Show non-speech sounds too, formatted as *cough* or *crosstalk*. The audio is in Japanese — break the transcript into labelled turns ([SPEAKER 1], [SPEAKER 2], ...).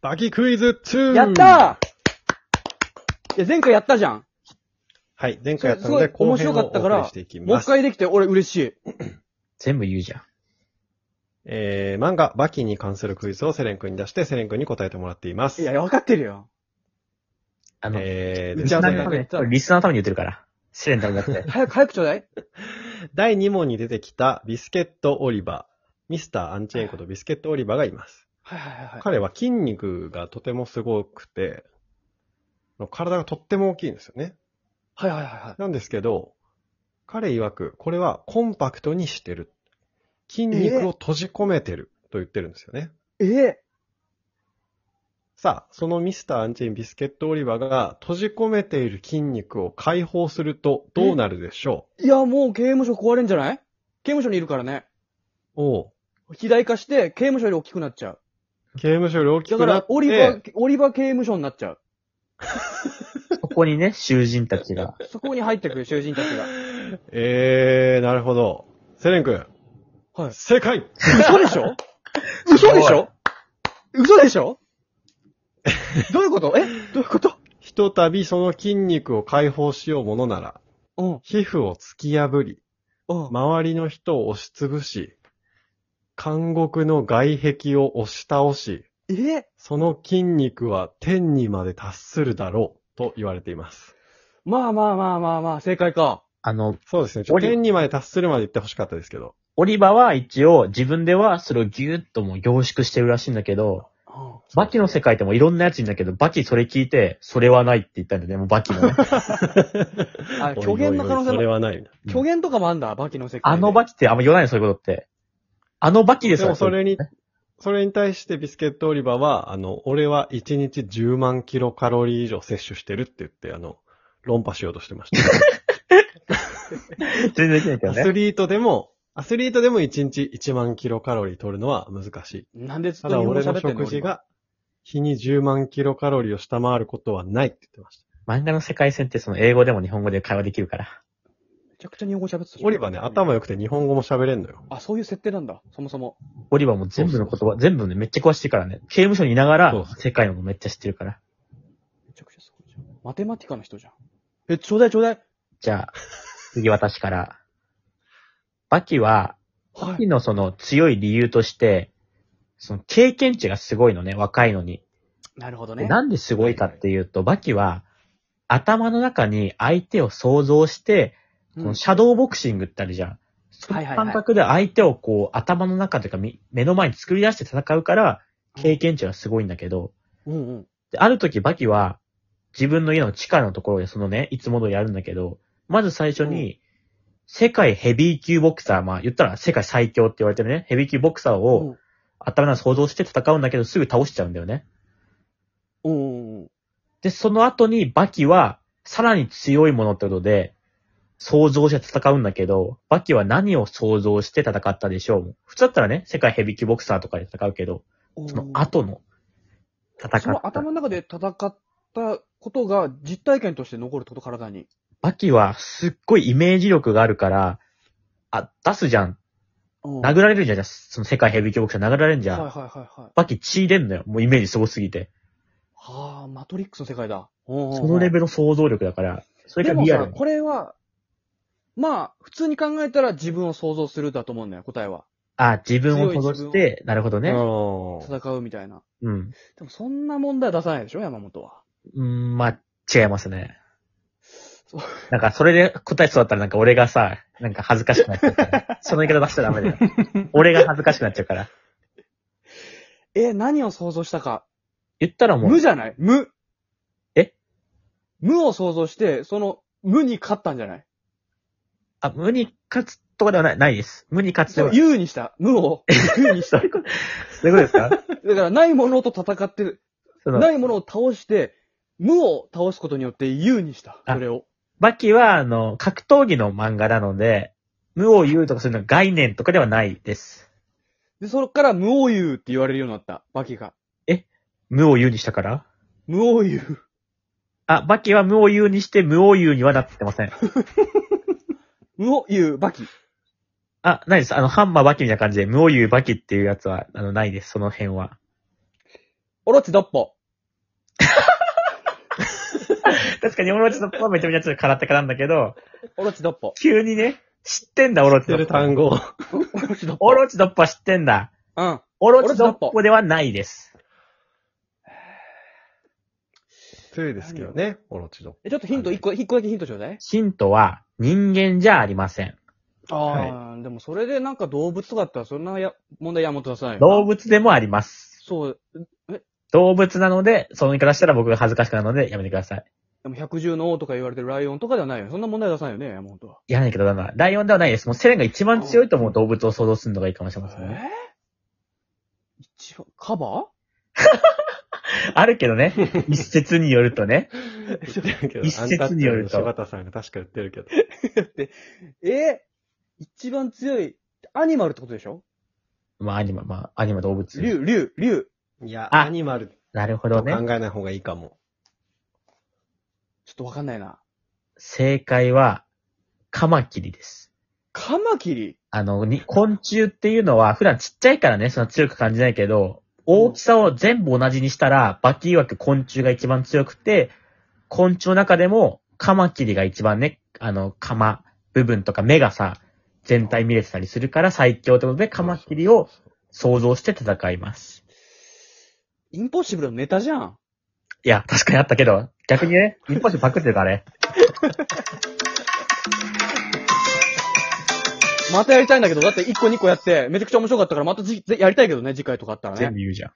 [SPEAKER 1] バキクイズ 2!
[SPEAKER 2] やったーいや、前回やったじゃん。
[SPEAKER 1] はい、前回やったの
[SPEAKER 2] それ
[SPEAKER 1] です
[SPEAKER 2] ごい
[SPEAKER 1] 後編を
[SPEAKER 2] 面白かったから
[SPEAKER 1] お送りしていき
[SPEAKER 2] もう
[SPEAKER 1] ま
[SPEAKER 2] 一
[SPEAKER 1] す。
[SPEAKER 2] 回できて、俺嬉しい。
[SPEAKER 3] 全部言うじゃん。
[SPEAKER 1] えー、漫画、バキに関するクイズをセレン君に出して、セレン君に答えてもらっています。
[SPEAKER 2] いや、分かってるよ。
[SPEAKER 3] あの、
[SPEAKER 1] えー、
[SPEAKER 3] リ
[SPEAKER 1] で
[SPEAKER 3] ス
[SPEAKER 1] は
[SPEAKER 3] ナ
[SPEAKER 1] 前
[SPEAKER 3] ーのた
[SPEAKER 1] 回
[SPEAKER 3] めに、リスナーのために言ってるから。試練のためだって。
[SPEAKER 2] 早く、早くちょうだい。
[SPEAKER 1] 第2問に出てきたビスケット・オリバー。ミスター・アンチェンコとビスケット・オリバーがいます。
[SPEAKER 2] はいはいはいはい。
[SPEAKER 1] 彼は筋肉がとてもすごくて、体がとっても大きいんですよね。
[SPEAKER 2] はいはいはいはい。
[SPEAKER 1] なんですけど、彼曰く、これはコンパクトにしてる。筋肉を閉じ込めてると言ってるんですよね。
[SPEAKER 2] ええ
[SPEAKER 1] さあ、そのミスターアンチェインビスケットオリバーが閉じ込めている筋肉を解放するとどうなるでしょ
[SPEAKER 2] いや、もう刑務所壊れんじゃない刑務所にいるからね。
[SPEAKER 1] うおう
[SPEAKER 2] 肥大化して、刑務所より大きくなっちゃう。
[SPEAKER 1] 刑務所より大き
[SPEAKER 2] だ
[SPEAKER 1] く
[SPEAKER 2] か
[SPEAKER 1] なっ
[SPEAKER 2] ら
[SPEAKER 1] て、、
[SPEAKER 2] オリバー、オリバー刑務所になっちゃう。
[SPEAKER 3] ここにね、囚人たちが。
[SPEAKER 2] そこに入ってくる囚人たちが。
[SPEAKER 1] えー、なるほど。セレン君。
[SPEAKER 2] はい
[SPEAKER 1] 正解
[SPEAKER 2] *laughs* 嘘でしょ嘘でしょ嘘でし *laughs* ょどういうことえどういうこと
[SPEAKER 1] ひとたびその筋肉を解放しようものなら、
[SPEAKER 2] うん。
[SPEAKER 1] 皮膚を突き破り、
[SPEAKER 2] うん。
[SPEAKER 1] 周りの人を押しつぶし、監獄の外壁を押し倒し、
[SPEAKER 2] え
[SPEAKER 1] その筋肉は天にまで達するだろうと言われています。
[SPEAKER 2] まあまあまあまあまあ、正解か。
[SPEAKER 3] あの、
[SPEAKER 1] そうですね。ちょっ
[SPEAKER 3] オ
[SPEAKER 1] と
[SPEAKER 3] リ
[SPEAKER 1] 天にまで達するまで言ってほしかったですけど。
[SPEAKER 3] オリバーは一応自分ではそれをギューッともう凝縮してるらしいんだけど、
[SPEAKER 2] うん
[SPEAKER 3] バキの世界でもいろんなやついるんだけど、バキそれ聞いて、それはないって言ったんだよね、もうバキのね。
[SPEAKER 2] あ虚言の可
[SPEAKER 1] おいおいおい
[SPEAKER 2] 能性も
[SPEAKER 1] それはないな。
[SPEAKER 2] 虚言とかもあんだ、バキの世界。
[SPEAKER 3] あのバ
[SPEAKER 2] キ。
[SPEAKER 3] キってあんま言わないの、そういうことって。あのバキで
[SPEAKER 1] ですもそれに、それに対してビスケットオリバーは、あの、俺は1日10万キロカロリー以上摂取してるって言って、あの、論破しようとしてました。
[SPEAKER 3] 全然できないけど
[SPEAKER 1] ア
[SPEAKER 3] ね
[SPEAKER 1] ス。リートでも、アスリートでも1日1万キロカロリー取るのは難しい。
[SPEAKER 2] なんでずったと
[SPEAKER 1] だ
[SPEAKER 2] 日本語
[SPEAKER 1] 俺の
[SPEAKER 2] 喋ってんの
[SPEAKER 1] 食事。が日に10万キロカロリーを下回ることはないって言ってました。
[SPEAKER 3] 漫画の世界線ってその英語でも日本語で会話できるから。
[SPEAKER 2] 俺めちゃくちゃ日本語喋ってた。
[SPEAKER 1] オリバーね、。頭良くて日本語も喋れんのよ。
[SPEAKER 2] あ、そういう設定なんだ、そもそも。
[SPEAKER 3] オリバーも全部の言葉、全部ね、めっちゃ詳しいからね。刑務所にいなが
[SPEAKER 1] そう
[SPEAKER 3] ら
[SPEAKER 1] そ、
[SPEAKER 3] 世界のもめっちゃ知ってるから。
[SPEAKER 2] めちゃくちゃすごいじゃん。マテマティカの人じゃん。え、ちょうだいちょうだい。
[SPEAKER 3] じゃあ、次私から。バキは、
[SPEAKER 2] は
[SPEAKER 3] バキ。のその強い理由として、その経験値がすごいのね、若いのに。
[SPEAKER 2] なるほどね。
[SPEAKER 3] なんですごいかっていうと、バキは、頭の中に相手を想像して、こ
[SPEAKER 2] うん
[SPEAKER 3] のシャドーボクシングってあるじゃん。そ
[SPEAKER 2] は
[SPEAKER 3] の
[SPEAKER 2] いはいはい
[SPEAKER 3] 感覚で相手をこう、頭の中というかみ目の前に作り出して戦うから、経験値がすごいんだけど、
[SPEAKER 2] うんうん。
[SPEAKER 3] で、ある時バキは、自分の家の地下のところでそのね、いつも通りやるんだけど、まず最初に、世界ヘビー級ボクサー、まあ言ったら世界最強って言われてるね、ヘビー級ボクサー
[SPEAKER 2] うん
[SPEAKER 3] を頭の中想像して戦うんだけど、すぐ倒しちゃうんだよね。
[SPEAKER 2] うんうん。
[SPEAKER 3] で、その後にバキは、さらに強いものってことで、想像して戦うんだけど、バキは何を想像して戦ったでしょう普通だったらね、世界ヘビー級ボクサーとかで戦うけど、
[SPEAKER 2] うん
[SPEAKER 3] その後の戦
[SPEAKER 2] その
[SPEAKER 3] った
[SPEAKER 2] 頭の中で戦ったことが実体験として残るってこと、体に。
[SPEAKER 3] バキはすっごいイメージ力があるから、あ、出すじゃん。
[SPEAKER 2] うん
[SPEAKER 3] 殴られるじゃん。その世界ヘビー級ボクサー殴られるじゃん。
[SPEAKER 2] はいはいはいはい。
[SPEAKER 3] バキ血出んのよ。もうイメージすごすぎて。
[SPEAKER 2] はあ、マトリックスの世界だ。そ
[SPEAKER 3] そのレ
[SPEAKER 2] ル
[SPEAKER 3] ベルの想像力だから、それ
[SPEAKER 2] で
[SPEAKER 3] が
[SPEAKER 2] も
[SPEAKER 3] リア
[SPEAKER 2] さ、
[SPEAKER 3] ルに。
[SPEAKER 2] これは、まあ、普通に考えたら自分を想像するだと思うんだよ、答えは。
[SPEAKER 3] あ、自分を戻して、なるほど
[SPEAKER 1] う
[SPEAKER 3] ね。
[SPEAKER 1] ん。
[SPEAKER 2] 戦うみたいな。
[SPEAKER 3] うん。
[SPEAKER 2] でもそんな問題は出さないでしょ、山本は。
[SPEAKER 3] うん、まあ、違いますね
[SPEAKER 2] そう。
[SPEAKER 3] なんか、それで答えそうだったら、なんか俺がさ、なんか恥ずかしくなっちゃ
[SPEAKER 2] *laughs*
[SPEAKER 3] うから。その言い方出しちゃダメだよ。俺が恥ずかしくなっちゃうから。
[SPEAKER 2] え、何を想像したか。
[SPEAKER 3] 言ったらも
[SPEAKER 2] 無
[SPEAKER 3] う、
[SPEAKER 2] じゃない無。
[SPEAKER 3] え
[SPEAKER 2] 無を想像して、その、無に勝ったんじゃない
[SPEAKER 3] あ、無に勝つとかではない、ないです。無に勝つで
[SPEAKER 2] そ
[SPEAKER 3] は
[SPEAKER 2] う、
[SPEAKER 3] ない。
[SPEAKER 2] 有にした。無を、有に
[SPEAKER 3] *laughs*
[SPEAKER 2] した。だか、
[SPEAKER 3] そういうことですから
[SPEAKER 2] ないものと戦って、
[SPEAKER 3] その
[SPEAKER 2] ないものを倒して、無を倒すことによって有にした。
[SPEAKER 3] あ
[SPEAKER 2] それを。
[SPEAKER 3] バキは、あの、格闘技の漫画なので、無を言うとかそういうの概念とかではないです。
[SPEAKER 2] で、それから無を言うって言われるようになった。バキが。
[SPEAKER 3] 無を言うにしたから
[SPEAKER 2] 無を言う。
[SPEAKER 3] あ、バキは無を言うにして、無を言うにはなってません。
[SPEAKER 2] 無を言う、バキ。
[SPEAKER 3] あ、ないです。あの、ハンマーバキみたいな感じで、無を言うバキっていうやつは、あの、ないです。その辺は。
[SPEAKER 2] オロチドッポ。
[SPEAKER 3] 確かにオロチのパはめちゃめちゃちょっと空手家なんだけど、
[SPEAKER 2] オロチドッポ。
[SPEAKER 3] 急にね、知ってんだ、オロ
[SPEAKER 1] 知っ
[SPEAKER 3] チ
[SPEAKER 1] て
[SPEAKER 3] ド
[SPEAKER 1] る
[SPEAKER 3] ッポ。
[SPEAKER 1] 単語。
[SPEAKER 2] オロチドッ
[SPEAKER 3] オロチドッポは知ってんだ。
[SPEAKER 2] うん。
[SPEAKER 3] オロチドッポではないです。
[SPEAKER 1] 強いですけどね、オロ *laughs* チドッポ。
[SPEAKER 2] え、ちょっとヒント、一個、一個だけヒントちょうだい。
[SPEAKER 3] ヒントは、人間じゃありません。
[SPEAKER 2] ああ、でもそれでなんか動物とかあったらそんなや問題山本さんよ。
[SPEAKER 3] 動物でもあります。
[SPEAKER 2] そう。
[SPEAKER 3] 動物なので、その言い方したら僕が恥ずかしくなるので、やめてください。
[SPEAKER 2] でも百獣の王とか言われてるライオンとかではないよね。そんな問題出さないよね、山本は。
[SPEAKER 3] いやないけど、だな。ライオンではないです。もうセレンが一番強いと思う動物を想像するのがいいかもしれませんね。
[SPEAKER 2] ー一番、カバ
[SPEAKER 3] あるけどね、一説によるとね、一
[SPEAKER 1] 一
[SPEAKER 3] 説によると
[SPEAKER 1] 柴田さんが確か言ってるけど。
[SPEAKER 2] ーえー一番強い、アニマルってことでしょ
[SPEAKER 3] まあ、アニマ、まあ、アニマ動物。
[SPEAKER 2] 竜、竜、竜。
[SPEAKER 1] いや、
[SPEAKER 3] あ
[SPEAKER 1] アニマル
[SPEAKER 3] なるほ
[SPEAKER 1] と
[SPEAKER 3] ど
[SPEAKER 1] 考
[SPEAKER 3] ね
[SPEAKER 1] え。ない方がいいかも。
[SPEAKER 2] ちょっとわかんないな。
[SPEAKER 3] 正解は、カマキリです。
[SPEAKER 2] カマキリ
[SPEAKER 3] あの、に昆虫っていうのは、普段ちっちゃいからね、そんな強く感じないけど、大きさを全部同じにしたら、バキ曰く昆虫が一番強くて、昆虫の中でも、カマキリが一番ね、あの、カマ部分とか目がさ、全体見れてたりするから最強ってことで、カマキリを想像して戦います。
[SPEAKER 2] インポッシブルのネタじゃん。
[SPEAKER 3] いや、確かにあったけど、逆にね、一発でパクってるからね。
[SPEAKER 2] またやりたいんだけど、だって1個2個やって、めちゃくちゃ面白かったから、またじぜやりたいけどね、次回とかあったらね
[SPEAKER 3] 全。部言うじゃん。